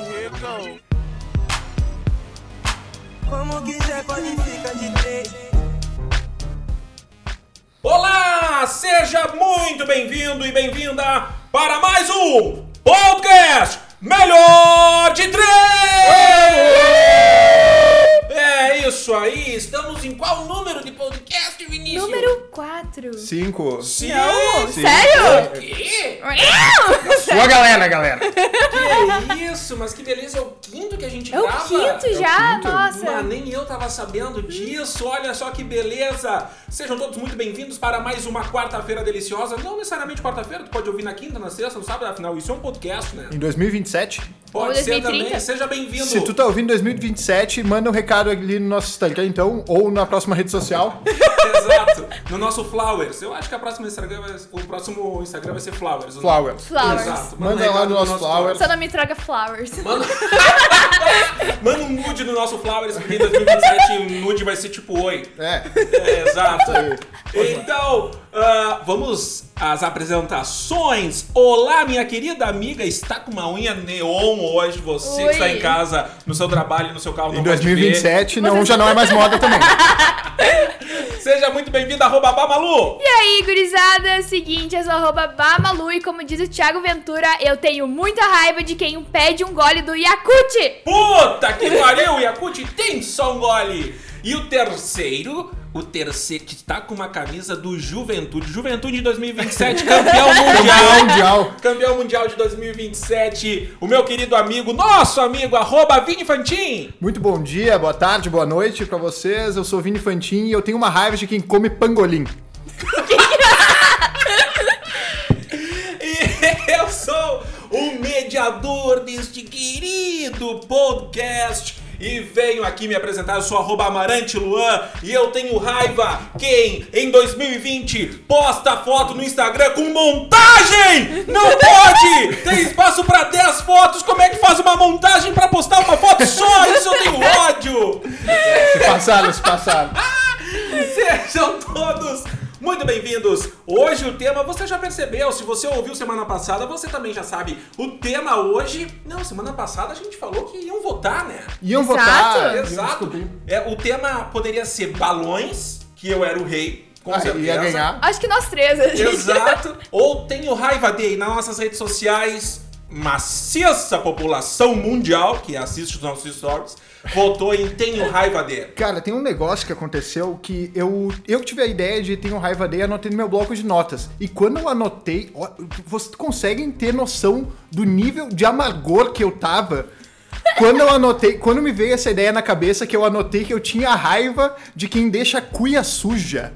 Não. Como quiser, pode ficar de três. Olá! Seja muito bem-vindo e bem-vinda para mais um podcast Melhor de Três! É isso aí! Estamos em qual número de podcast, Vinícius? Número um. 4. Cinco. Sim. é um Sim. é Sério? Que? É Sua galera, galera. que isso? Mas que beleza! É o quinto que a gente É o grava? quinto já? quinto? Nossa. Mas nem eu tava sabendo disso, olha só que beleza! Sejam todos muito bem-vindos para mais uma quarta-feira deliciosa. Não necessariamente quarta-feira, tu pode ouvir na quinta, na sexta, no sábado, afinal, isso é um podcast, né? Em 2027, Pode Ou ser 2030. também, seja bem-vindo! se tu tá ouvindo em 2027, manda um recado ali no nosso Instagram, então, ou na próxima rede social. Exato! No nosso Flowers. Eu acho que a próxima Instagram vai, o próximo Instagram vai ser Flowers. o nome. Flowers. Flowers. Exato. Manda recado lá no nosso Flowers. Só não me traga flowers. Manda... Manda um nude no nosso Flowers, porque em 2027 nude vai ser tipo oi. É. É, exato. Então, ah, vamos às apresentações. Olá, minha querida amiga. Está com uma unha neon hoje. Você que Oi. está em casa, no seu trabalho, no seu carro, não Em pode ver. 2027, não, já não é mais moda também. Seja muito bem-vinda, arroba Babalu. E aí, gurizada? é Seguinte, eu sou arroba Bamalu e como diz o Thiago Ventura, eu tenho muita raiva de quem pede um gole do Yakut. Puta que pariu, Yakut tem só um gole. E o terceiro... O terceiro que está com uma camisa do Juventude. Juventude 2027, campeão mundial. Mundial. Campeão mundial de 2027. O meu querido amigo, nosso amigo, arroba Vini Fantin. Muito bom dia, boa tarde, boa noite pra vocês. Eu sou o Vini Fantin e eu tenho uma raiva de quem come pangolim. E eu sou o mediador deste querido podcast. E venho aqui me apresentar, eu sou arroba Amarante Luan e eu tenho raiva quem em 2020 posta foto no Instagram com montagem! Não pode! Tem espaço pra 10 fotos, como é que faz uma montagem pra postar uma foto só? Isso eu tenho ódio! Se passaram, se passaram. Sejam todos muito bem-vindos! Hoje o tema, você já percebeu, se você ouviu semana passada, você também já sabe. O tema hoje. Não, semana passada a gente falou que iam votar, né? Ah, Iam Exato. votar. iam Exato. descobrir. É, o tema poderia ser balões, que eu era o rei, com Ah, certeza. ia ganhar. Acho que nós três, a gente. Exato. Ou tenho raiva dele nas nossas redes sociais. Maciça população mundial que assiste os nossos stories votou em tenho raiva dele. Cara, tem um negócio que aconteceu que eu, eu tive a ideia de ter um raiva day e anotei no meu bloco de notas. E quando eu anotei, ó, vocês conseguem ter noção do nível de amargor que eu tava? Quando eu anotei, quando me veio essa ideia na cabeça que eu anotei que eu tinha raiva de quem deixa a cuia suja.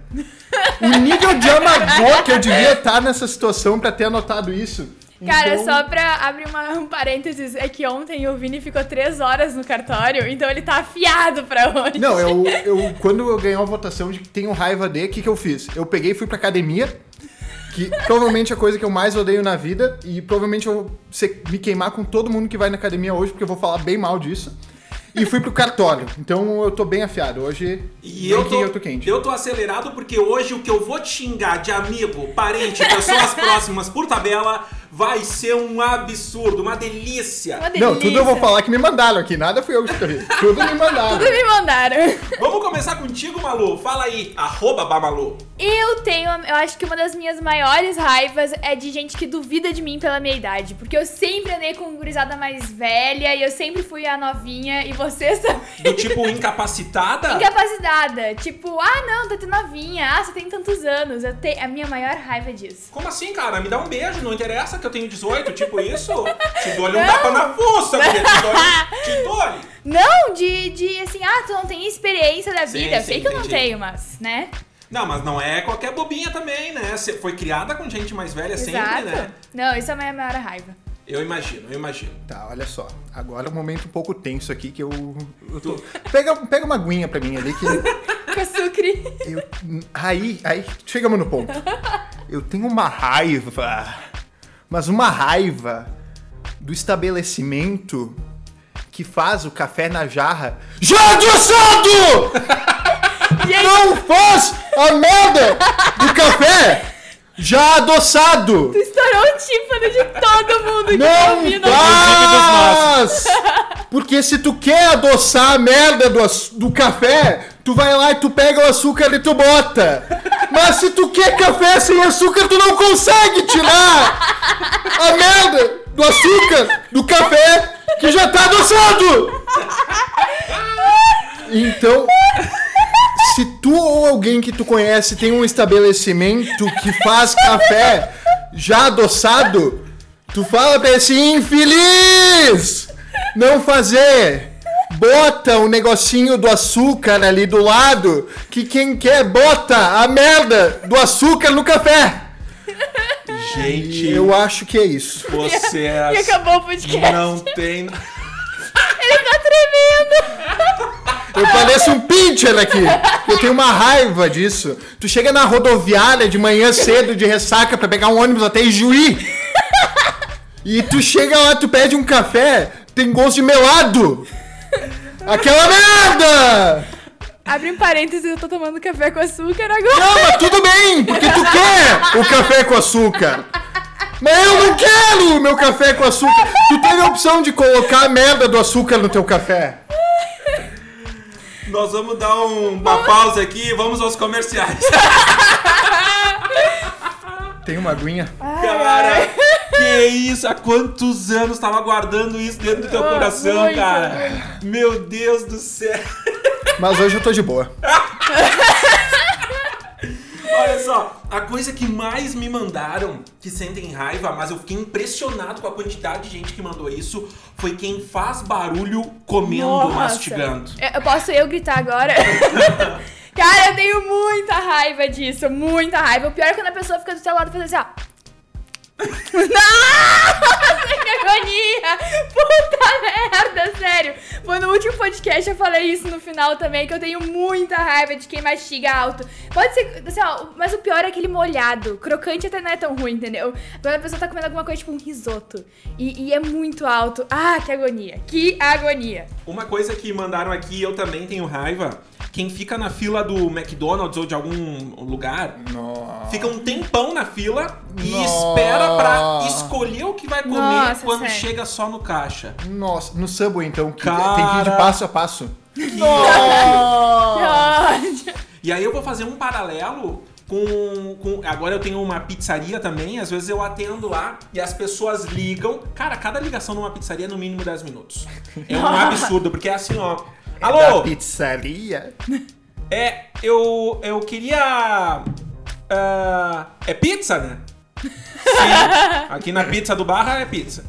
O nível de amargor que eu devia estar nessa situação pra ter anotado isso. Cara, Então, só pra abrir uma- um parênteses, é que ontem o Vini ficou três horas no cartório, então ele tá afiado pra hoje. Não, eu, eu quando eu ganhei uma votação de que tenho raiva de, o que, que eu fiz? Eu peguei e fui pra academia, que provavelmente é a coisa que eu mais odeio na vida, e provavelmente eu vou se- me queimar com todo mundo que vai na academia hoje, porque eu vou falar bem mal disso. E fui pro cartório. Então eu tô bem afiado. Hoje E bem eu que tô, eu tô quente. eu tô acelerado porque hoje o que eu vou te xingar de amigo, parente, pessoas próximas por tabela vai ser um absurdo, uma delícia. Uma delícia. Não, tudo eu vou falar que me mandaram aqui. Nada fui eu que escrevi. Tudo me mandaram. Tudo me mandaram. Vamos começar contigo, Malu. Fala aí, arroba Bamalu. Eu tenho, eu acho que uma das minhas maiores raivas é de gente que duvida de mim pela minha idade. Porque eu sempre andei com gurizada mais velha e eu sempre fui a novinha e vocês são Do tipo incapacitada? incapacitada. Tipo, ah não, tá tu novinha, ah, você tem tantos anos. Eu tenho, a minha maior raiva é disso. Como assim, cara? Me dá um beijo, não interessa que eu tenho 18, tipo isso? Te dou-lhe um tapa na fuça, mulher, te dou-lhe. Te dou-lhe. Não, de, de assim, ah, tu não tem experiência da Sim, vida. eu sim, sei que eu não entendi. tenho, mas, né? Não, mas não é qualquer bobinha também, né? Você foi criada com gente mais velha sempre, Exato. né? Não, isso é a minha maior raiva. Eu imagino, eu imagino. Tá, olha só. Agora é um momento um pouco tenso aqui que eu. eu tô... pega, pega uma aguinha pra mim ali que. Com açúcar. Eu- aí, aí chegamos no ponto. Eu tenho uma raiva, mas uma raiva do estabelecimento que faz o café na jarra. Já adoçado! Não faz a merda do café já adoçado! Estourou o tímpano de todo mundo que tá Não ouvindo. faz! Porque se tu quer adoçar a merda do, aç- do café, tu vai lá e tu pega o açúcar e tu bota. Mas se tu quer café sem açúcar, tu não consegue tirar a merda do açúcar do café que já tá adoçado. Então, se tu ou alguém que tu conhece tem um estabelecimento que faz café já adoçado, tu fala pra esse infeliz não fazer. Bota o negocinho do açúcar ali do lado, que quem quer bota a merda do açúcar no café. Gente, Eu acho que é isso. E vocês acabou o podcast. é não tem. Ele tá tremendo. Eu pareço um pincher aqui. Eu tenho uma raiva disso. Tu chega na rodoviária de manhã cedo de ressaca pra pegar um ônibus até Ijuí. E tu chega lá, tu pede um café, tem gosto de melado. Aquela merda! Abre um parênteses, eu tô tomando café com açúcar agora. Não, mas tudo bem, porque tu quer o café com açúcar. Mas eu não quero o meu café com açúcar. Tu teve a opção de colocar a merda do açúcar no teu café. Nós vamos dar um- uma pausa aqui e vamos aos comerciais. Tem uma aguinha? Cara, que isso? Há quantos anos tava guardando isso dentro do teu Ah, coração, muito, cara? Meu Deus do céu. Mas hoje eu tô de boa. Olha só, a coisa que mais me mandaram, que sentem raiva, mas eu fiquei impressionado com a quantidade de gente que mandou isso, foi quem faz barulho comendo, Nossa. É, mastigando. Eu, eu posso eu gritar agora? Cara, eu tenho muita raiva disso, muita raiva. O pior é quando a pessoa fica do seu lado e faz assim, ó. Nossa, que agonia! Puta merda, sério! Foi no último podcast eu falei isso no final também, que eu tenho muita raiva de quem mastiga alto. Pode ser, assim, ó, mas o pior é aquele molhado. Crocante até não é tão ruim, entendeu? Quando a pessoa tá comendo alguma coisa tipo um risoto e, e é muito alto. Ah, que agonia! Que agonia! Uma coisa que mandaram aqui, eu também tenho raiva, quem fica na fila do McDonald's ou de algum lugar, fica um tempão na fila e Nossa. espera pra escolher o que vai comer Nossa, quando sério. chega só no caixa. Nossa, no Subway então, que Cara. tem que ir de passo a passo. Nossa. E aí eu vou fazer um paralelo com, com. Agora eu tenho uma pizzaria também, às vezes eu atendo lá e as pessoas ligam. Cara, cada ligação numa pizzaria é no mínimo 10 minutos. É um absurdo, porque é assim, ó. Da Alô! pizzaria. É, eu. Eu queria. ah, é pizza, né? Sim. Aqui na pizza do Barra é pizza.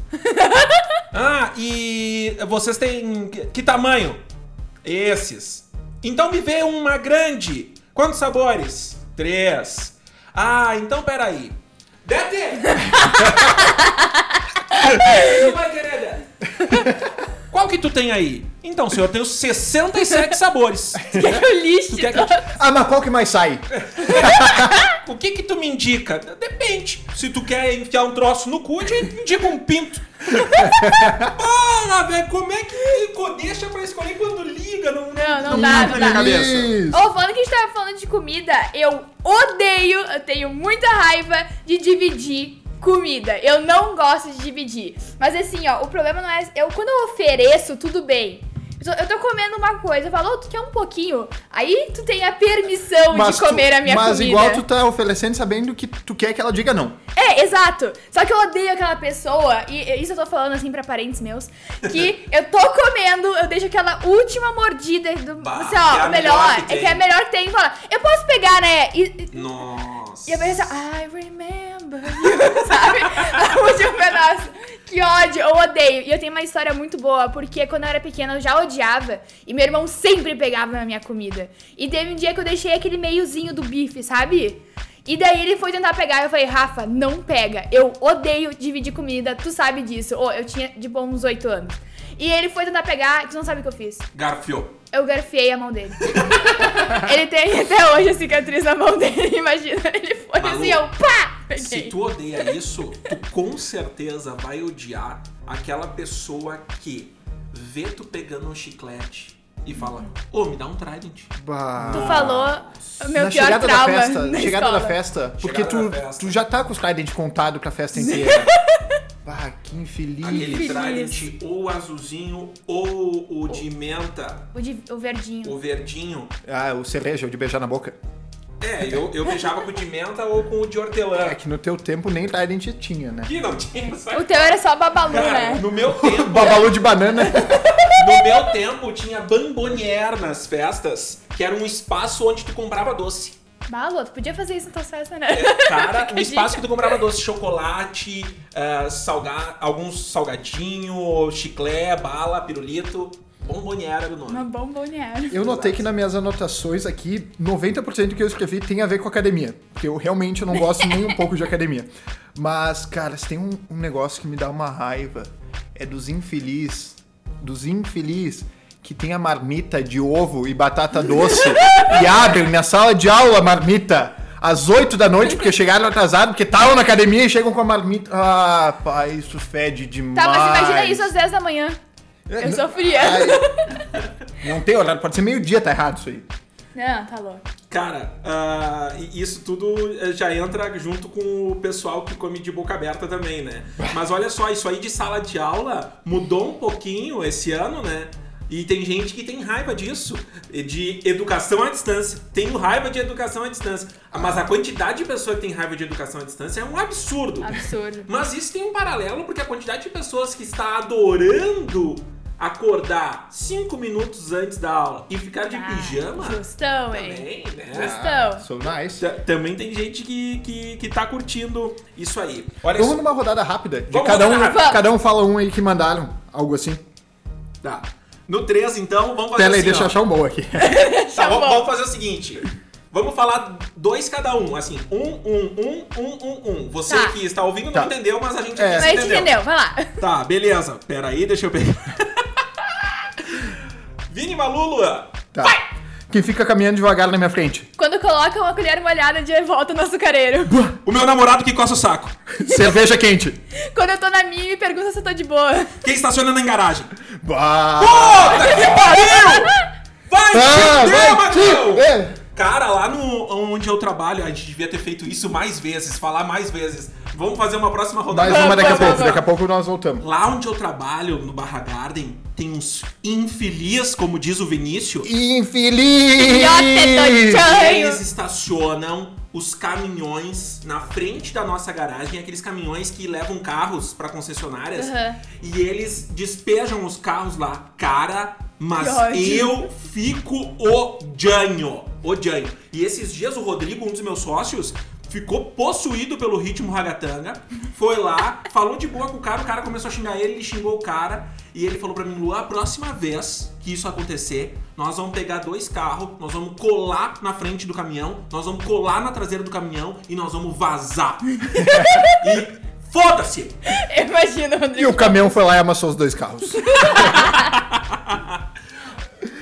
Ah, e vocês têm. Que, que tamanho? Esses. Então me vê uma grande. Quantos sabores? Três. Ah, então peraí. Dete! Tu vai querer, Dete? Qual que tu tem aí? Então, senhor, eu tenho 67 sabores. Quer que eu lixe? Tu quer que eu te- Ah, mas qual que mais sai? Tá, O que que tu me indica? Depende. Se tu quer enfiar um troço no cu, te indica um pinto. Para, velho. Como é que co- deixa pra escolher quando liga? Não, né? Não, não dá, entra na não minha dá. cabeça. Hum, Isso. Ô, falando que a gente tava falando de comida, eu odeio, eu tenho muita raiva de dividir comida. Eu não gosto de dividir. Mas assim, ó, o problema não é. Eu, quando eu ofereço, tudo bem. Eu tô, eu tô comendo uma coisa, eu falo, ô, tu quer um pouquinho? Aí tu tem a permissão de tu- comer a minha mas comida. igual tu tá oferecendo sabendo que tu quer que ela diga não. É, exato. Só que eu odeio aquela pessoa, e e isso eu tô falando assim pra parentes meus, que eu tô comendo, eu deixo aquela última mordida do. Bah, assim, ó, que é a o melhor melhor, que é que tem. é a melhor que tem, e fala, eu posso pegar, né? E, e- Nossa. e a pessoa assim, I remember you, sabe? O último pedaço. Que ódio, eu odeio. E eu tenho uma história muito boa, porque quando eu era pequena eu já odiava, e meu irmão sempre pegava na minha comida. E teve um dia que eu deixei aquele meiozinho do bife, sabe? E daí ele foi tentar pegar e eu falei, Rafa, não pega. Eu odeio dividir comida, tu sabe disso. Ô, eu tinha de bom uns 8 anos. E ele foi tentar pegar, e tu não sabe o que eu fiz. Garfiou. Eu garfiei a mão dele. ele tem até hoje a cicatriz na mão dele, imagina. Ele foi Malu, assim, eu pá! Se Peguei. tu odeia isso, tu com certeza vai odiar aquela pessoa que vê tu pegando um chiclete e fala, ô, me dá um trident. Tu falou o meu na pior chegada trauma da festa, na chegada escola. da festa, porque Chegada tu, da festa. tu já tá com os trident contado pra festa inteira. Bah, que infeliz. Aquele Infeliz. Trident ou azulzinho ou o de menta, O, de- o verdinho. o verdinho. Ah, o cereja, o de beijar na boca. É, eu, eu beijava com o de menta ou com o de hortelã. É que no teu tempo nem Trident tinha, né? Que não tinha, O sabe? teu era só babalu, Cara, né? no meu tempo, Babalu de banana. no meu tempo tinha bambonier nas festas, que era um espaço onde tu comprava doce. Balu, tu podia fazer isso na tua festa, né? Cara, Fica um a espaço dica. que tu comprava doce, chocolate, ah, salga- alguns salgadinho, chiclé, bala, pirulito. Bomboniera era o Uma nome. bomboneira. Eu notei que nas minhas anotações aqui, 90% do que eu escrevi tem a ver com academia. Porque eu realmente não gosto nem um pouco de academia. Mas, cara, se tem um, um negócio que me dá uma raiva. É dos infeliz. Dos infeliz que tem a marmita de ovo e batata doce. e abrem na sala de aula a marmita. Às 8 da noite, porque chegaram atrasado, porque estavam na academia e chegam com a marmita. Ah, pai, isso fede demais. Tá, mas imagina isso às 10 da manhã. É, Eu não- sofria. Ai, não tem horário, pode ser meio-dia, tá errado isso aí. Não, tá louco. Cara, ah, e isso tudo eh, já entra junto com o pessoal que come de boca aberta também, né? Mas olha só, isso aí de sala de aula mudou um pouquinho esse ano, né? E tem gente que tem raiva disso, e de educação à distância. Tenho raiva de educação à distância. Ah, Mas a quantidade de pessoa que tem raiva de educação à distância é um absurdo. Ah. Absurdo. Mas isso tem um paralelo, porque a quantidade de pessoas que está adorando acordar cinco minutos antes da aula e ficar de Ah, pijama Justão, também, hein? né? Justão. Sou nice. Ta- Também tem gente que, que, que tá curtindo isso aí. Olha Vamos isso. numa rodada rápida. De Vamos cada um, rodada rápida. cada um fala um aí que mandaram. Algo assim. Tá. No 3, então, vamos fazer Pela aí, assim, deixa eu ó. achar um bom aqui. Tá, vamos, bom. vamos fazer o seguinte. Vamos falar dois cada um, assim. Um, um, um, um, um, um. Você Tá. que está ouvindo não Tá. entendeu, mas a gente É. aqui Mas se a gente entendeu, vai lá. Tá, beleza. Pera aí, deixa eu pegar. Vini Malula, Tá. Quem fica caminhando devagar na minha frente. Quando coloca uma colher molhada de volta no açucareiro. o meu namorado que coça o saco. Cerveja quente. Quando eu tô na minha e me pergunta se eu tô de boa. Quem estaciona na garagem. Bah. Puta que pariu! Vai, Ah, te vai, der, Magrão! tio. É. Cara, lá no, onde eu trabalho, a gente devia ter feito isso mais vezes, falar mais vezes. Vamos fazer uma próxima Mais rodada. uma daqui a Vai, vai, pouco. vai. Daqui a pouco nós voltamos. Lá onde eu trabalho, no Barra Garden, tem uns infeliz, como diz o Vinícius. Infeliz! Eles Filhote estacionam os caminhões na frente da nossa garagem, aqueles caminhões que levam carros pra concessionárias, Aham. e eles despejam os carros lá. Cara, mas Que ódio. eu fico odianho, odianho. E esses dias o Rodrigo, um dos meus sócios, ficou possuído pelo ritmo ragatanga, foi lá, falou de boa com o cara, o cara começou a xingar ele, ele xingou o cara, e ele falou pra mim, Lu, a próxima vez que isso acontecer, nós vamos pegar dois carros, nós vamos colar na frente do caminhão, nós vamos colar na traseira do caminhão e nós vamos vazar. e foda-se! Eu imagino, E Rodrigo. o caminhão foi lá e amassou os dois carros.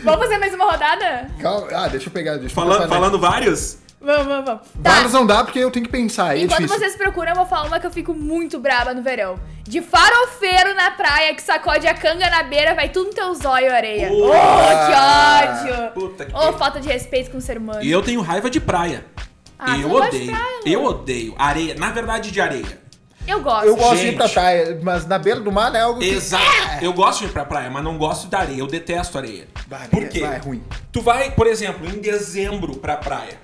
Vamos fazer mais uma rodada? Calma. Ah, deixa eu pegar. Deixa eu Falando, pensar, né? falando vários? Vamos, vamos, vamos. Tá. Vários não dá porque eu tenho que pensar. aí É Enquanto difícil. vocês procuram, eu vou falar uma que eu fico muito braba no verão. De farofeiro na praia que sacode a canga na beira, vai tudo no teu zóio e areia. Ua! Ô, que ódio! Puta que Ô, falta de respeito com o ser humano. E eu tenho raiva de praia. Ah, tu eu não gosta de odeio. praia, Lu? eu odeio. Areia. Na verdade, de areia. Eu gosto. Eu gosto de ir pra Gente. praia, mas na beira do mar é algo que... Exato. Eu gosto de ir pra praia, mas não gosto da areia. Eu detesto areia. Bah, Por né? quê? Bah, é ruim. Tu vai, por exemplo, em dezembro pra praia.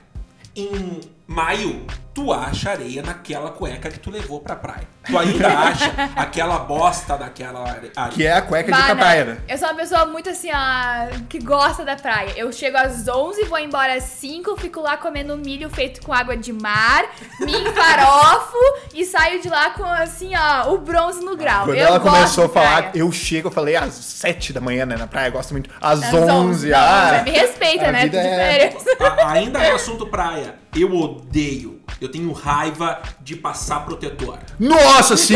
Em maio, tu acha areia naquela cueca que tu levou pra praia. Tu ainda acha aquela bosta daquela are- areia. Que é a cueca de ir Bah, pra não. praia, né? Eu sou uma pessoa muito assim, ó, que gosta da praia. Eu chego às 11, vou embora às 5, fico lá comendo milho feito com água de mar, me enfarofo e saio de lá com, assim, ó, o bronze no grau. Quando eu ela gosto começou a de falar, praia. eu chego, eu falei às 7 da manhã, né, na praia, eu gosto muito. Às, Às 11, 11, ah. não, me respeita, a né? vida Tudo é- diferença. A- ainda no assunto praia, eu odeio. Eu tenho raiva de passar protetor. Nossa, sim!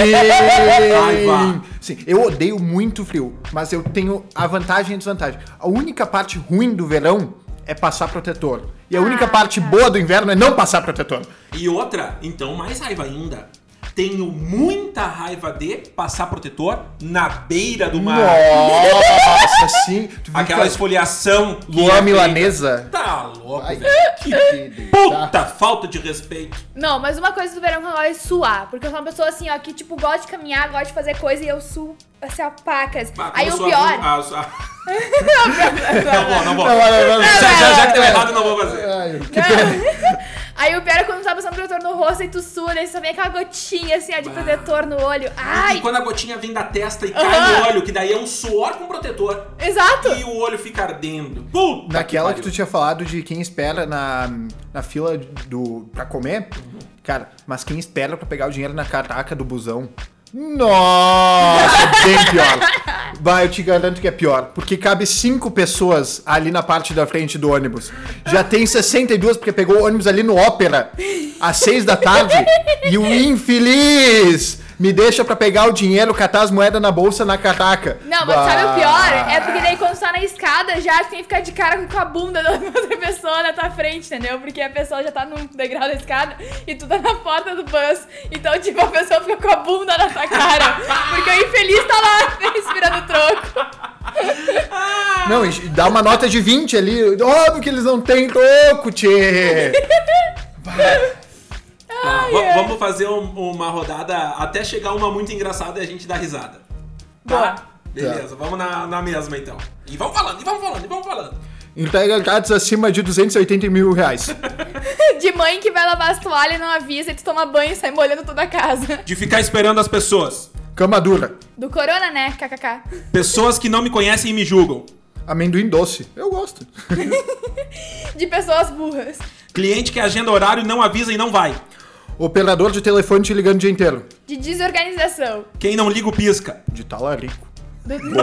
vá. sim, eu odeio muito frio, mas eu tenho a vantagem e a desvantagem. A única parte ruim do verão é passar protetor. E a única parte boa do inverno é não passar protetor. E outra, então mais raiva ainda. tenho muita raiva de passar protetor na beira do mar. Nossa, sim. Tu viu Ah. Aquela que- esfoliação. que é Luan feita. milanesa. Tá louco. Ai, Tá. velho. que delícia. Puta falta de respeito. Não, mas uma coisa do verão que eu gosto é suar. Porque eu sou uma pessoa assim, ó, que tipo, gosta de caminhar, gosta de fazer coisa e eu suo, assim, ó, pacas. Ah, Aí o começou a- a- pior. a- Não vou, não vou. Não, não, não, não. Já, já, já que deu errado, não vou fazer. Ai, que Aí o pior é quando tu tá passando protetor no rosto e tu sua, daí só vem é aquela gotinha assim, ó, de protetor no olho. E Ai! quando a gotinha vem da testa e cai no olho, que daí é um suor com protetor. Exato! E o olho fica ardendo. Puta Naquela que Tá pariu. tu tinha falado de quem espera na, na fila do pra comer, cara, mas quem espera pra pegar o dinheiro na caraca do busão? Nossa, bem pior. Vai, eu te garanto que é pior, porque cabe cinco pessoas ali na parte da frente do ônibus. Já tem 62 porque pegou o ônibus ali no Ópera às seis da tarde e o infeliz me deixa pra pegar o dinheiro, catar as moedas na bolsa na caraca. Não, mas sabe o pior? Bah. É porque daí quando tu tá na escada, já tu tem que ficar de cara com a bunda da outra pessoa na tua frente, entendeu? Porque a pessoa já tá no degrau da escada e tu tá na porta do bus. Então, tipo, a pessoa fica com a bunda na tua cara. Porque o infeliz tá lá respirando troco. Não, e dá uma nota de 20 ali. Óbvio que eles não têm troco, tchê. Tá, va- Vamos fazer um- uma rodada até chegar uma muito engraçada e a gente dá risada. Tá? Beleza, vamos na, na mesma então. E vamos falando, e vamos falando, e vamos falando. Entrega grátis acima de 280 mil reais. Ah, De mãe que vai lavar as toalhas e não avisa, e tu toma banho e sai molhando toda a casa. De ficar esperando as pessoas. Cama dura. Do corona, né? KKK. Pessoas que não me conhecem e me julgam. Amendoim doce. Eu gosto. De pessoas burras. Cliente que agenda horário, não avisa e não vai. Operador de telefone te ligando o dia inteiro. De desorganização. Quem não liga o pisca. De talarico. Do... Bad vibes.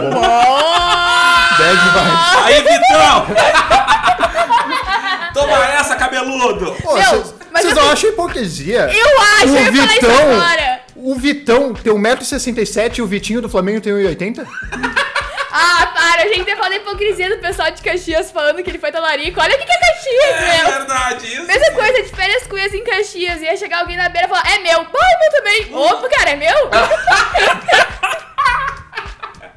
Aí, Vitão! Toma essa, cabeludo! Pô, Meu, cês- mas vocês eu- não acham hipocrisia? Eu acho, eu ia falar isso agora. O Vitão tem 1,67m e o Vitinho do Flamengo tem 1,80m? Ah, para, a gente tem falado da hipocrisia do pessoal de Caxias falando que ele foi talarico. Olha o que, que é Caxias, É meu! verdade, isso. Mesma coisa, de férias cunhas em Caxias. Ia chegar alguém na beira e falar, é meu, pai, meu também. Opa, cara, é meu? Ah,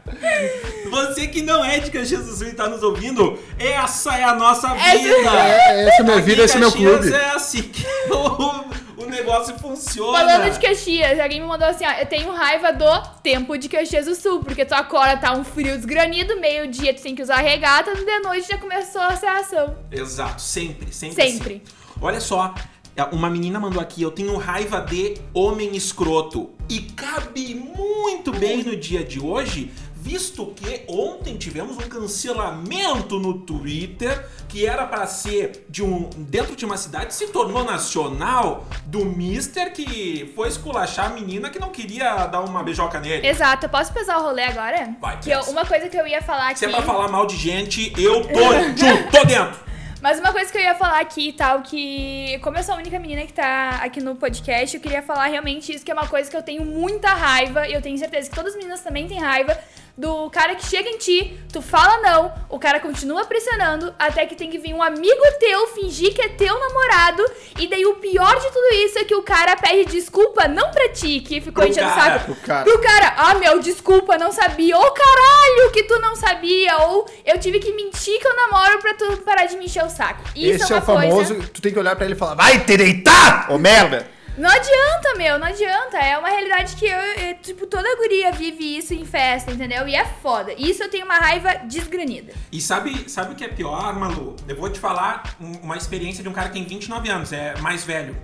Você que não é de Caxias do Sul e tá nos ouvindo, essa é a nossa Essa- vida! É, essa é minha vida, Aqui em esse é meu Caxias clube. É assim que o, o negócio funciona. Falando de Caxias, alguém me mandou assim, ó, eu tenho raiva do tempo de Caxias do Sul, porque tu acorda, tá um frio desgranido, meio-dia tu tem que usar regata, de noite já começou a reação. Exato, sempre, sempre. Sempre. assim. Olha só, é, uma menina mandou aqui, eu tenho raiva de homem escroto. E cabe muito bem no dia de hoje, visto que ontem tivemos um cancelamento no Twitter que era pra ser de um dentro de uma cidade se tornou nacional do Mister que foi esculachar a menina que não queria dar uma beijoca nele. Exato, eu posso pesar o rolê agora? É. Vai, que eu- pensa. Uma coisa que eu ia falar aqui... Se é pra falar mal de gente, eu tô, tchum, tô dentro. Mas uma coisa que eu ia falar aqui e tal, que como eu sou a única menina que tá aqui no podcast, eu queria falar realmente isso, que é uma coisa que eu tenho muita raiva, e eu tenho certeza que todas as meninas também têm raiva, do cara que chega em ti, tu fala não, o cara continua pressionando, até que tem que vir um amigo teu fingir que é teu namorado, e daí o pior de tudo isso é que o cara pede desculpa, não pra ti, que ficou Pro enchendo o cara, saco, pro cara. pro cara, ah meu, desculpa, não sabia. Ô caralho, que tu não sabia. Ou eu tive que mentir que eu namoro pra tu parar de me encher o saco. Isso Esse é é uma o famoso, coisa. tu tem que olhar pra ele e falar, vai te deitar, ô merda! Não adianta, meu, não adianta. É uma realidade que eu, eu- tipo, toda guria vive isso em festa, entendeu? E é foda. Isso eu tenho uma raiva desgranida. E sabe, sabe o que é pior, Malu? Eu vou te falar um- uma experiência de um cara que tem 29 anos, é mais velho.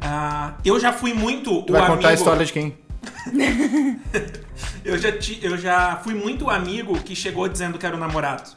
Ah, eu já fui muito Tu o vai amigo. contar a história de quem? Eu já, ti- eu já fui muito o amigo que chegou dizendo que era o namorado.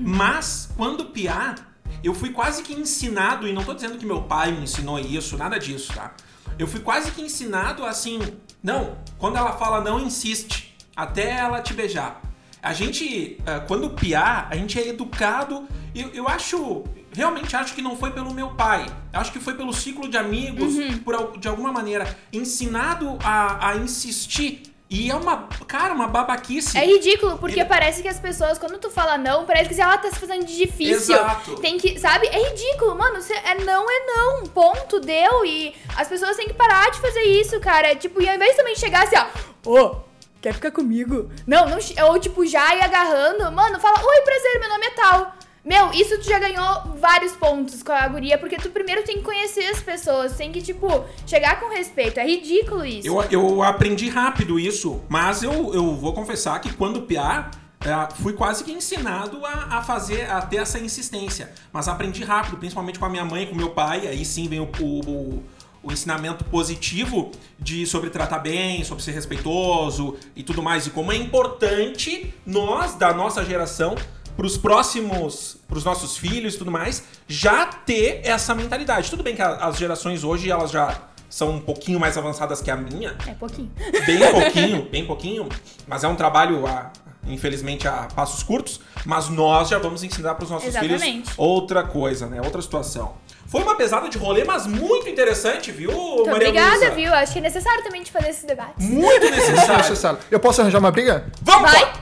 Mas, quando piá, eu fui quase que ensinado, e não tô dizendo que meu pai me ensinou isso, nada disso, tá? Eu fui quase que ensinado assim: não, quando ela fala não, insiste, até ela te beijar. A gente, ah, quando piá, a gente é educado, e eu, eu acho. Realmente acho que não foi pelo meu pai. Acho que foi pelo ciclo de amigos, por, al- de alguma maneira, ensinado a, a insistir E é uma, cara, uma babaquice. É ridículo, porque parece que as pessoas, quando tu fala não, parece que ela tá se fazendo de difícil. Exato. Tem que, sabe? É ridículo, mano. Cê- é não, é não. Ponto, deu. E as pessoas têm que parar de fazer isso, cara. Tipo, e ao invés de também chegar assim, ó, ô, quer ficar comigo? Não, não. che- Ou tipo, já e agarrando. Mano, fala, oi, prazer, meu nome é tal. Meu, isso tu já ganhou vários pontos com a guria, porque tu primeiro tem que conhecer as pessoas, tem que, tipo, chegar com respeito. É ridículo isso. Eu, eu aprendi rápido isso, mas eu, eu vou confessar que quando piar, é, fui quase que ensinado a, a fazer, a ter essa insistência. Mas aprendi rápido, principalmente com a minha mãe, com meu pai, aí sim vem o, o, o- o ensinamento positivo de sobre tratar bem, sobre ser respeitoso e tudo mais. E como é importante nós, da nossa geração, para os próximos, para os nossos filhos e tudo mais, já ter essa mentalidade. Tudo bem que a- as gerações hoje, elas já são um pouquinho mais avançadas que a minha, É pouquinho. bem pouquinho, bem pouquinho, mas é um trabalho, a- infelizmente, a passos curtos, mas nós já vamos ensinar para os nossos filhos Exatamente. outra coisa, né? Outra situação. Foi uma pesada de rolê, mas muito interessante, viu, Muito Maria obrigada, Luísa? viu? Acho que é necessário também te fazer esses debates. Muito Não é necessário. necessário. Eu posso arranjar uma briga? Vamos! Vai. lá!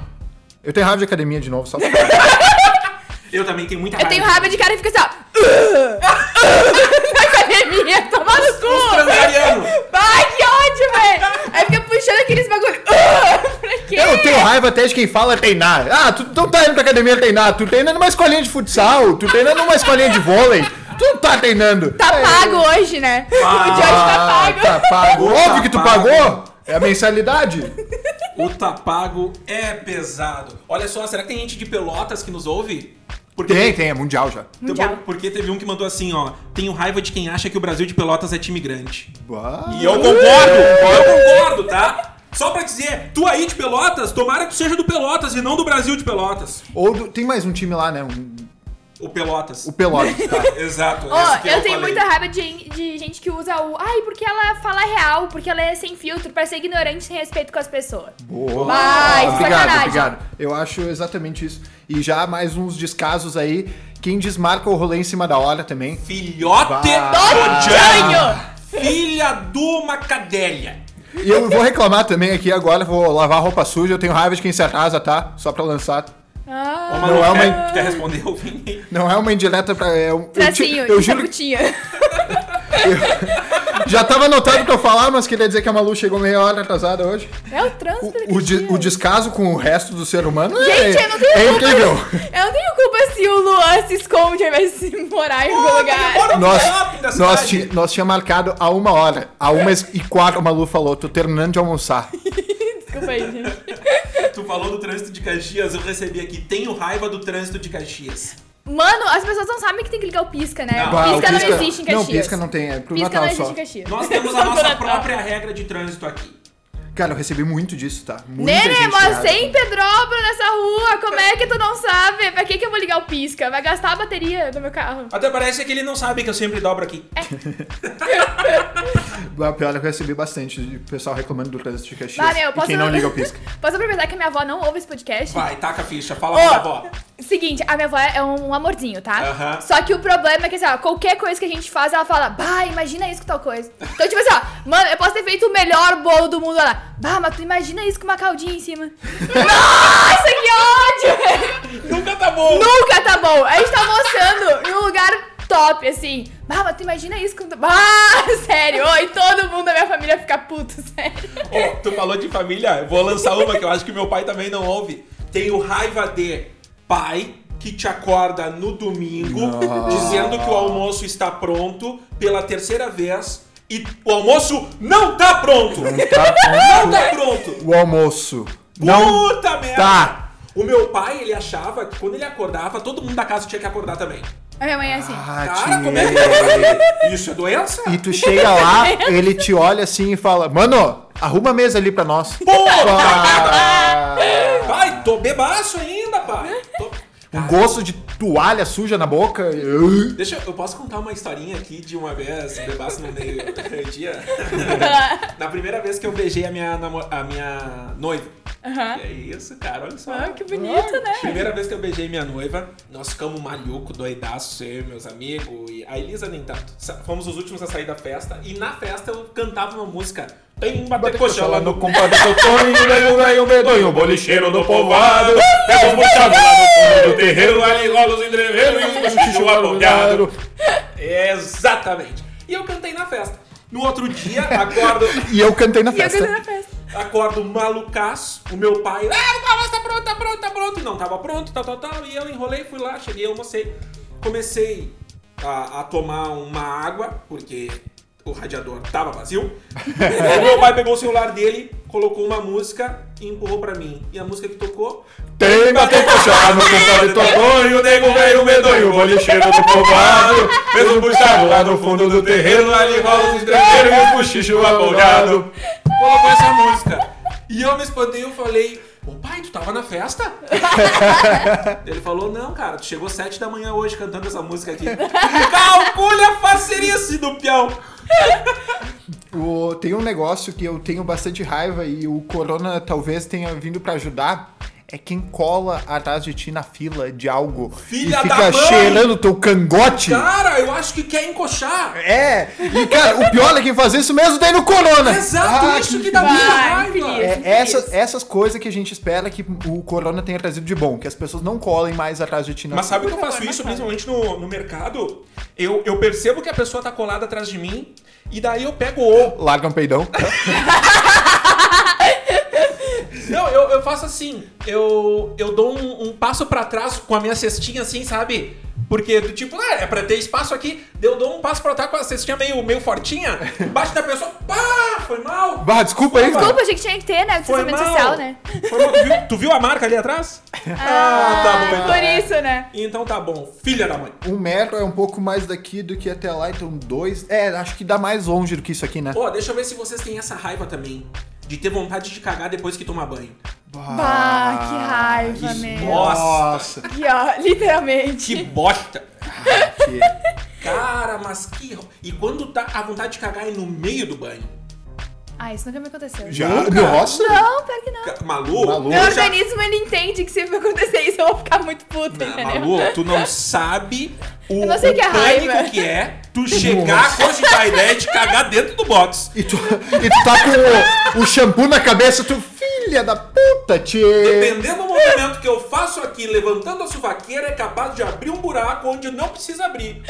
Eu tenho raiva de academia de novo, só pra... Eu também tenho muita Eu raiva. tenho raiva de cara que fica assim, ó. Na academia, toma no cu! Transariano. Ai, que ódio, velho! Aí fica puxando aqueles bagulho. pra quê? Eu tenho raiva até de quem fala treinar. Ah, tu não tá indo pra academia treinar, tu treina numa escolinha de futsal, tu treina numa escolinha de vôlei, tu não tá treinando. Tá É, pago hoje, né? Ah, o de hoje tá pago. Tá pago. Tá Óbvio que tu pago. pagou. É a mensalidade. O tapago é pesado. Olha só, será que tem gente de Pelotas que nos ouve? Porque Tem, tem, é mundial já. Então, Mundial. Porque teve um que mandou assim, ó. Tenho raiva de quem acha que o Brasil de Pelotas é time grande. Uau. E eu concordo, eu concordo, tá? Só pra dizer, tu aí de Pelotas, tomara que tu seja do Pelotas e não do Brasil de Pelotas. Ou do- tem mais um time lá, né? Um- O Pelotas. o Pelotas. tá. Exato. esse Ó, que eu, tenho falei. muita raiva de, gen- de gente que usa o. Ai, porque ela fala real, porque ela é sem filtro, pra ser ignorante sem respeito com as pessoas. Boa. Vai, obrigado, Ah, é sacanagem. obrigado. Eu acho exatamente isso. E já mais uns descasos aí. Quem desmarca o rolê em cima da hora também. Filhote Bah. do Estranho! Filha de uma cadelha. E eu vou reclamar também aqui agora, vou lavar roupa suja, eu tenho raiva de quem se atrasa, tá? Só pra lançar. Ah, Ô, Manu, Não é uma- quer, quer responder o Vini? Não é uma indireta pra. É um, eu, ti- tracinho, eu de juro que sacutinha. já tava anotado pra eu falar, mas queria dizer que a Malu chegou meia hora atrasada hoje. É o trânsito O, o de- daquele o dia. descaso com o resto do ser humano é, Gente, eu não tenho é culpa. né? incrível. Eu não tenho culpa se o Luan se esconde ao invés de se morar em algum lugar. Nós, shopping É da nós, cidade. ti- nós tinha marcado a uma hora. A uma e quatro, a Malu falou, tô terminando de almoçar. Desculpa aí, gente. Tu falou do trânsito de Caxias, eu recebi aqui. Tenho raiva do trânsito de Caxias. Mano, as pessoas não sabem que tem que ligar o pisca, né? Não. Bah, o pisca, não existe em Caxias. Não, pisca não tem, é pro Pisca não Natal existe só. em Caxias. Nós temos Só a pro nossa Natal. própria regra de trânsito aqui. Cara, eu recebi muito disso, tá? Muita Nene, gente mas errada. tem pedróbro nessa rua, como é que tu não sabe? Pra que que eu vou ligar o pisca? Vai gastar a bateria do meu carro. Até parece que ele não sabe que eu sempre dobro aqui. A pior é que eu recebi bastante de pessoal reclamando do trânsito de Caxias. Ah, meu, e posso... quem não liga o pisca. posso aproveitar que a minha avó não ouve esse podcast? Vai, taca a ficha, fala Ó, pra avó. Seguinte, a minha avó é um amorzinho, tá? Aham. Só que o problema é que, assim, ó, qualquer coisa que a gente faz, ela fala, bah, imagina isso com tal coisa. Então, tipo assim, ó, mano, eu posso ter feito o melhor bolo do mundo, ela, bah, mas tu imagina isso com uma caldinha em cima. Nossa, que ódio! velho! Nunca tá bom! Nunca tá bom. A gente tá almoçando em um lugar top, assim. Bah, mas tu imagina isso com... Bah, sério. Oi, todo mundo da minha família fica puto, sério. Ô, tu falou de família, eu vou lançar uma que eu acho que meu pai também não ouve. Tenho raiva de pai que te acorda no domingo dizendo que o almoço está pronto pela terceira vez e o almoço não tá pronto! Tá? Não tá pronto! O almoço. Não Puta merda! tá. O meu pai, ele achava que quando ele acordava, todo mundo da casa tinha que acordar também. A minha mãe é assim. Cara, como é Tati. que Isso é doença? Ah, E tu chega lá, ele te olha assim e fala: Mano, arruma a mesa ali pra nós. Ah, Pai, tô bebaço ainda, pai. Tô- um gosto de toalha suja na boca. Deixa eu, eu posso contar uma historinha aqui de uma vez, bebaço no meio dia. Na primeira vez que eu beijei a minha, namo- a minha noiva. Aham. Que é isso, cara, olha só. Ah, que bonito, né? Primeira vez que eu beijei minha noiva, nós ficamos maluco, doidaço, eu e meus amigos. E a Elisa nem tanto. Sa- Fomos os últimos a sair da festa. E na festa eu cantava uma música. Tem um Bate batecoxa coxa lá no no... compadre do Toninho, né, velho, velho, medonho, bolicheiro do povoado. É o puxado lá no fundo do terreiro, aligolos entreveiros e um bicho apoiado. Exatamente. E eu cantei na festa. No outro dia, acordo... E eu cantei na E eu festa. ganhei na festa. Acordo malucaço, o meu pai. Ah, o Palmas tá pronto, tá pronto, tá pronto. E não tava pronto, tal, tal, tal. E eu enrolei, fui lá, cheguei, almocei. Comecei a, a tomar uma água, porque o radiador tava vazio. o meu pai pegou o celular dele, colocou uma música e empurrou pra mim. E a música que tocou. Tem bater coxa lá no compadre do Toninho, nego velho, medonho, bolicheiro do povoado. Mesmo puxado lá no fundo do terreiro, ali rola os estrangeiros É, e o cochicho aboldado. colocou essa música. E eu me espantei eu falei, ô pai, tu tava na festa? Ele falou, não, cara, tu chegou sete da manhã hoje cantando essa música aqui. Calcule a facerice do peão. O- tem um negócio que eu tenho bastante raiva e o Corona talvez tenha vindo pra ajudar. É quem cola atrás de ti na fila de algo Filha e da fica mãe! cheirando teu cangote. Cara, eu acho que quer encoxar. É, e cara, o pior é quem faz isso mesmo tem no Corona. Exato, Ah, isso que dá muita vai, raiva. filho. É, Isso, essas, isso. essas coisas que a gente espera que o corona tenha trazido de bom, que as pessoas não colem mais atrás de ti. na Mas fila. sabe que eu faço isso principalmente no, no mercado? Eu, eu percebo que a pessoa tá colada atrás de mim e daí eu pego o. Larga um peidão. Não, eu, eu faço assim, eu, eu dou um, um passo pra trás com a minha cestinha assim, sabe? Porque, do tipo, ah, é pra ter espaço aqui, daí eu dou um passo pra trás com a cestinha meio, meio fortinha, bate na pessoa, pá, foi mal, Bah, desculpa aí, mano. Desculpa, achei que tinha que ter, né? foi Distanciamento mal. social, né? Foi mal. Tu, viu, tu viu a marca ali atrás? Ah, tá bom, então. Por isso, né? Então tá bom, filha da mãe. Um metro é um pouco mais daqui do que até lá, então dois. É, acho que dá mais longe do que isso aqui, né? Ó, deixa eu ver se vocês têm essa raiva também, de ter vontade de cagar depois que tomar banho. Bah, que raiva, isso, né? nossa. Aqui, ó, literalmente. Que bosta! Ah, Que- Cara, mas que... ro- E quando tá a vontade de cagar é no meio do banho? Ah, isso nunca me aconteceu. Já, Nunca. nossa. Não, pior que não. Ca- Malu, Malu. Meu eu já- organismo, ele entende que se me acontecer isso, eu vou ficar muito puta, Não, entendeu? Malu, Tá tu não sabe o, Eu não sei o que é pânico raiva. que é tu chegar conjugar a ideia de cagar dentro do box. E tu, e tu tá com o, o shampoo na cabeça, tu filha da puta, tchê. Dependendo do movimento que eu faço aqui, levantando a suvaqueira, é capaz de abrir um buraco onde não precisa abrir.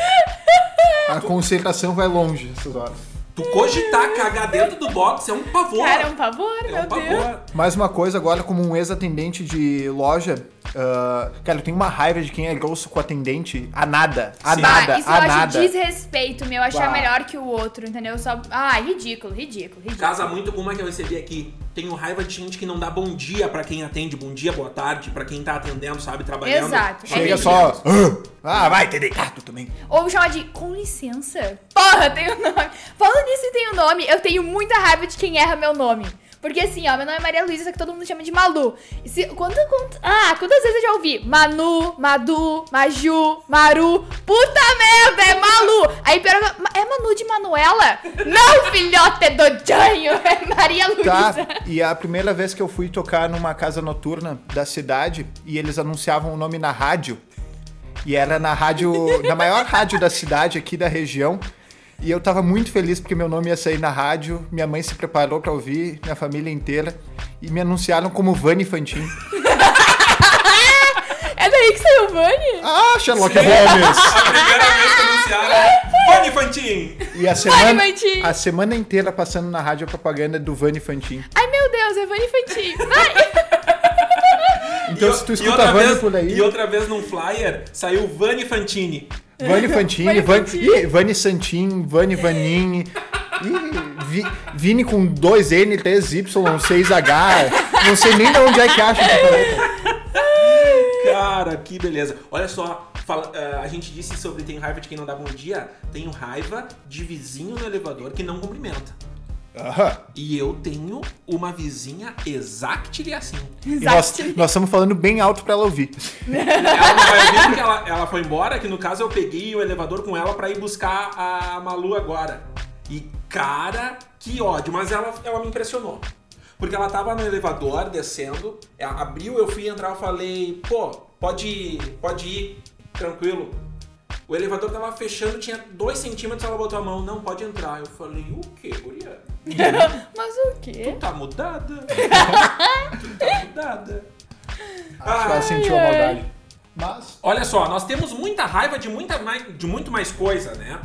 A concentração vai longe essas horas. Tu cogitar cagar dentro do box é um pavor. Cara, é um pavor, É meu um pavor. Deus. Mais uma coisa agora, como um ex-atendente de loja, ah, cara, eu tenho uma raiva de quem é grosso com atendente a nada, a Sim. nada, ah, isso eu a acho nada. desrespeito, meu. Achar Bah. melhor que o outro, entendeu? Só. Ah, ridículo, ridículo, ridículo. Casa muito com uma que eu recebi aqui. Tenho raiva de gente que não dá bom dia pra quem atende, bom dia, boa tarde, pra quem tá atendendo, sabe, trabalhando. Exato. Fala Chega bem, só, ah, ah, vai ter deitado também. Ou chama de com licença. Porra, tem o nome. Falando nisso e tem o nome, eu tenho muita raiva de quem erra meu nome. Porque assim, ó, meu nome é Maria Luísa, só que todo mundo chama de Malu. E se, quanto, quanto- ah, quantas vezes eu já ouvi? Manu, Madu, Maju, Maru. Puta merda, é Malu! Aí pior, é ma- é Manu de Manuela? Não, filhote é Dodjanho, é Maria Tá, Luísa. e a primeira vez que eu fui tocar numa casa noturna da cidade e eles anunciavam o nome na rádio. E era na rádio, na maior rádio da cidade aqui da região. E eu tava muito feliz porque meu nome ia sair na rádio, minha mãe se preparou pra ouvir, minha família inteira, e me anunciaram como Vani Fantin. É daí que saiu o Vani? Ah, Sherlock Holmes! A primeira vez que anunciaram, é Fanny Fantin! E a semana, Fantin. a semana inteira passando na rádio a propaganda do Vani Fantin. Ai, meu Deus, é Vani Infantil. Vai! Então E- se tu e escuta outra Vani vez- por aí, E outra vez num flyer saiu Vani Fantini. Vani Fantini, Vani Vani, Fantini. É. Ih, Vani Santin, Vani Vanini, Ih, Vi- Vini com 2N, 3Y, 6H, não sei nem de onde é que acha. essa paleta. Cara, que beleza. Olha só, fala- eh, a gente disse sobre tem raiva de quem não dá bom dia. Tenho raiva de vizinho no elevador que não cumprimenta. Aham. E eu tenho uma vizinha exact assim. E nós, nós estamos falando bem alto pra ela ouvir. Ela não vai vir porque ela, ela foi embora, que no caso eu peguei o elevador com ela pra ir buscar a Malu agora. E cara, que ódio, mas ela, ela me impressionou. Porque ela tava no elevador descendo, é, abriu, eu fui entrar, eu falei, pô, pode ir, pode ir, tranquilo. O elevador tava fechando, tinha dois centímetros, ela botou a mão, não, pode entrar. Eu falei, o quê, guria? Mas o quê? Tu tá mudada? tu tá mudada? Acho que ela sentiu a ai. maldade. Mas. Olha só, nós temos muita raiva de, muita mais, de muito mais coisa, né?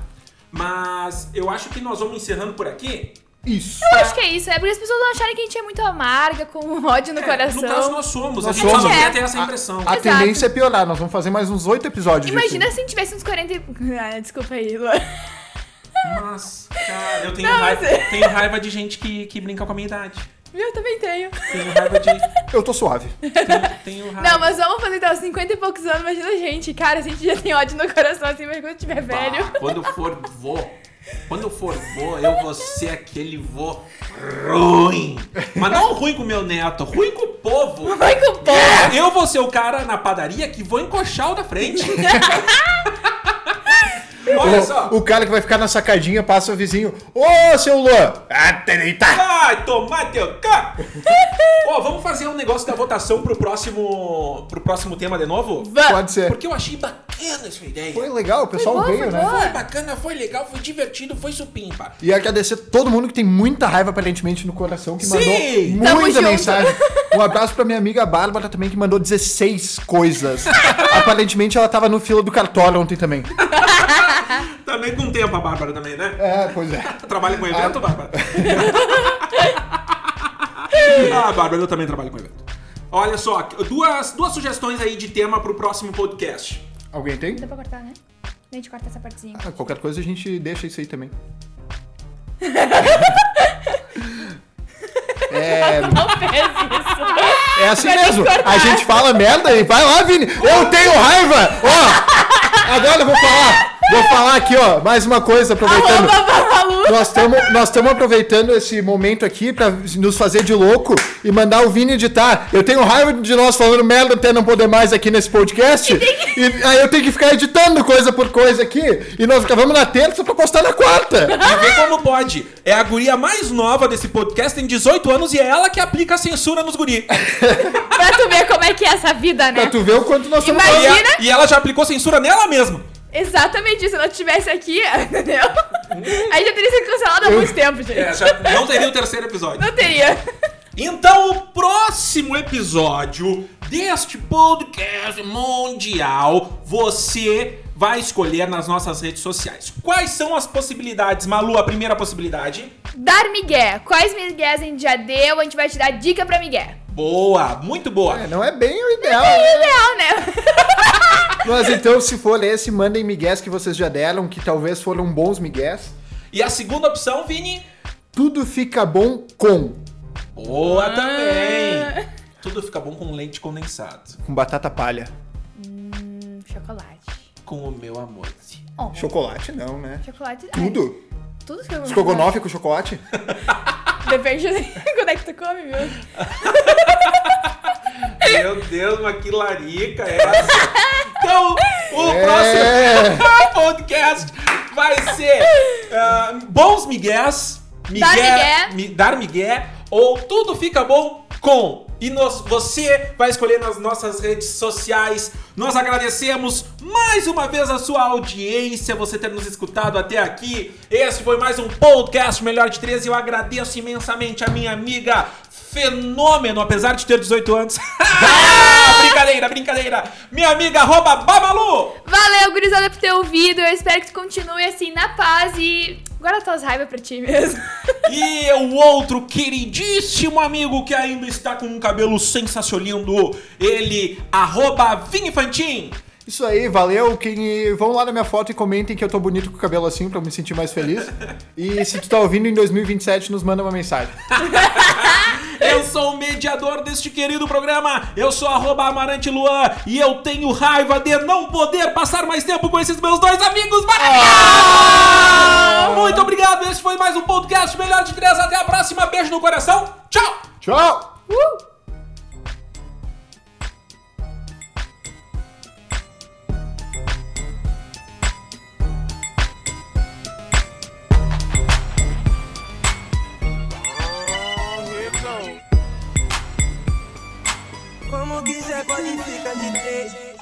Mas eu acho que nós vamos encerrando por aqui. Isso. Eu acho que é isso, é porque as pessoas não acharem que a gente é muito amarga, com ódio no É, coração. No caso, nós somos. a Nós gente só não somos. quer ter essa A- impressão. A, Exato. tendência é piorar. Nós vamos fazer mais uns oito episódios. disso Imagina aí. se tivesse uns 40 e... Ah, desculpa aí, Luan. Mas, cara, eu tenho, raiva, é. tenho raiva de gente que, que brinca com a minha idade. Eu também tenho. Tenho raiva de. Eu tô suave. Tenho, tenho raiva. Não, mas vamos fazer então 50 e poucos anos, imagina a gente. Cara, a gente já tem ódio no coração assim, mas quando tiver Bah, velho. Quando eu for vô, quando eu for vô, eu vou ser aquele vô ruim. Mas não ruim com meu neto, ruim com o povo. Vai com Então, o povo. Eu vou ser o cara na padaria que vou encoxar o da frente. Olha só. O, o cara que vai ficar na sacadinha passa o vizinho. Ô, seu Luan! Ah, tenita! Vai tomar teu cá! Ó, vamos fazer um negócio da votação pro próximo, pro próximo tema de novo? Pode ser. Porque eu achei bacana essa ideia. Foi legal, o pessoal boa, veio, foi né? boa. Foi bacana, foi legal, foi divertido, foi supimpa. E agradecer todo mundo que tem muita raiva aparentemente no coração, que Sim! mandou Tamo muita junto. mensagem. Um abraço pra minha amiga Bárbara também, que mandou 16 coisas. aparentemente ela tava no fila do cartório ontem também. Também com tempo a Bárbara também, né? É, pois é. Trabalha com evento, Bárbara? ah, Bárbara, eu também trabalho com evento. Olha só, duas, duas sugestões aí de tema pro próximo podcast. Alguém tem? Dá pra cortar, né? A gente corta essa partezinha. Ah, qualquer coisa a gente deixa isso aí também. É, Não fez isso. é assim Vai ter que mesmo. cortar. A gente fala merda e vai lá, Vini. Eu tenho raiva. Ó, agora eu vou falar. Vou falar aqui, ó, mais uma coisa aproveitando. Arroba Babalu. Nós estamos nós tamo aproveitando esse momento aqui pra nos fazer de louco e mandar o Vini editar. Eu tenho raiva de nós falando merda até não poder mais aqui nesse podcast. E aí eu tenho que ficar editando coisa por coisa aqui. E nós gravamos na terça pra postar na quarta. E vê como pode. É a guria mais nova desse podcast, tem 18 anos e é ela que aplica a censura nos guri. Pra tu ver como é que é essa vida, né? Pra tu ver o quanto nós estamos E, Imagina- falando. a- e ela já aplicou censura nela mesma. Exatamente isso. Se eu não tivesse aqui, entendeu? Aí já teria sido cancelado há muito tempo, gente. É, já não teria o terceiro episódio. Não teria. Então, o próximo episódio deste podcast mundial, você vai escolher nas nossas redes sociais. Quais são as possibilidades? Malu, a primeira possibilidade. Dar migué. Quais migués a gente já deu? A gente vai te dar dica pra migué. Boa, muito boa. É, não é bem o ideal. Ideal, né? Mas então, se for esse, mandem migués que vocês já deram, que talvez foram bons migués. E a segunda opção, Vini? Tudo fica bom com. Boa também. Tudo fica bom com leite condensado. Com batata palha. Hum, chocolate. Com o meu amor. Oh, Chocolate não, né? chocolate. ai, Tudo? Tudo que eu Estrogonofe com chocolate? Depende de quando é que tu come, viu? Meu Deus, mas que larica é essa? Então, o É. próximo podcast vai ser ah, Bons Migués, Dar migué. mi- Dar Migué, ou Tudo Fica Bom com. E nós, você vai escolher nas nossas redes sociais. Nós agradecemos mais uma vez a sua audiência, você ter nos escutado até aqui. Esse foi mais um podcast Melhor de 13. Eu agradeço imensamente a minha amiga Fenômeno, apesar de ter 18 anos. Ah, brincadeira, brincadeira. Minha amiga arroba Babalu. Valeu, gurizada, por ter ouvido. Eu espero que tu continue assim na paz e guarda tuas raivas pra ti mesmo. E é o outro queridíssimo amigo que ainda está com um cabelo sensacionalindo, ele, arroba Vinifantin. Isso aí, valeu. Quem... Vão lá na minha foto e comentem que eu tô bonito com o cabelo assim pra eu me sentir mais feliz. E se tu tá ouvindo em 2027, nos manda uma mensagem. Eu sou o mediador deste querido programa, eu sou arroba Amarante Luan e eu tenho raiva de não poder passar mais tempo com esses meus dois amigos maravilhosos! Muito obrigado, esse foi mais um podcast Melhor de Três, até a próxima, beijo no coração, tchau! Tchau! Here it goes. pode ficar de três.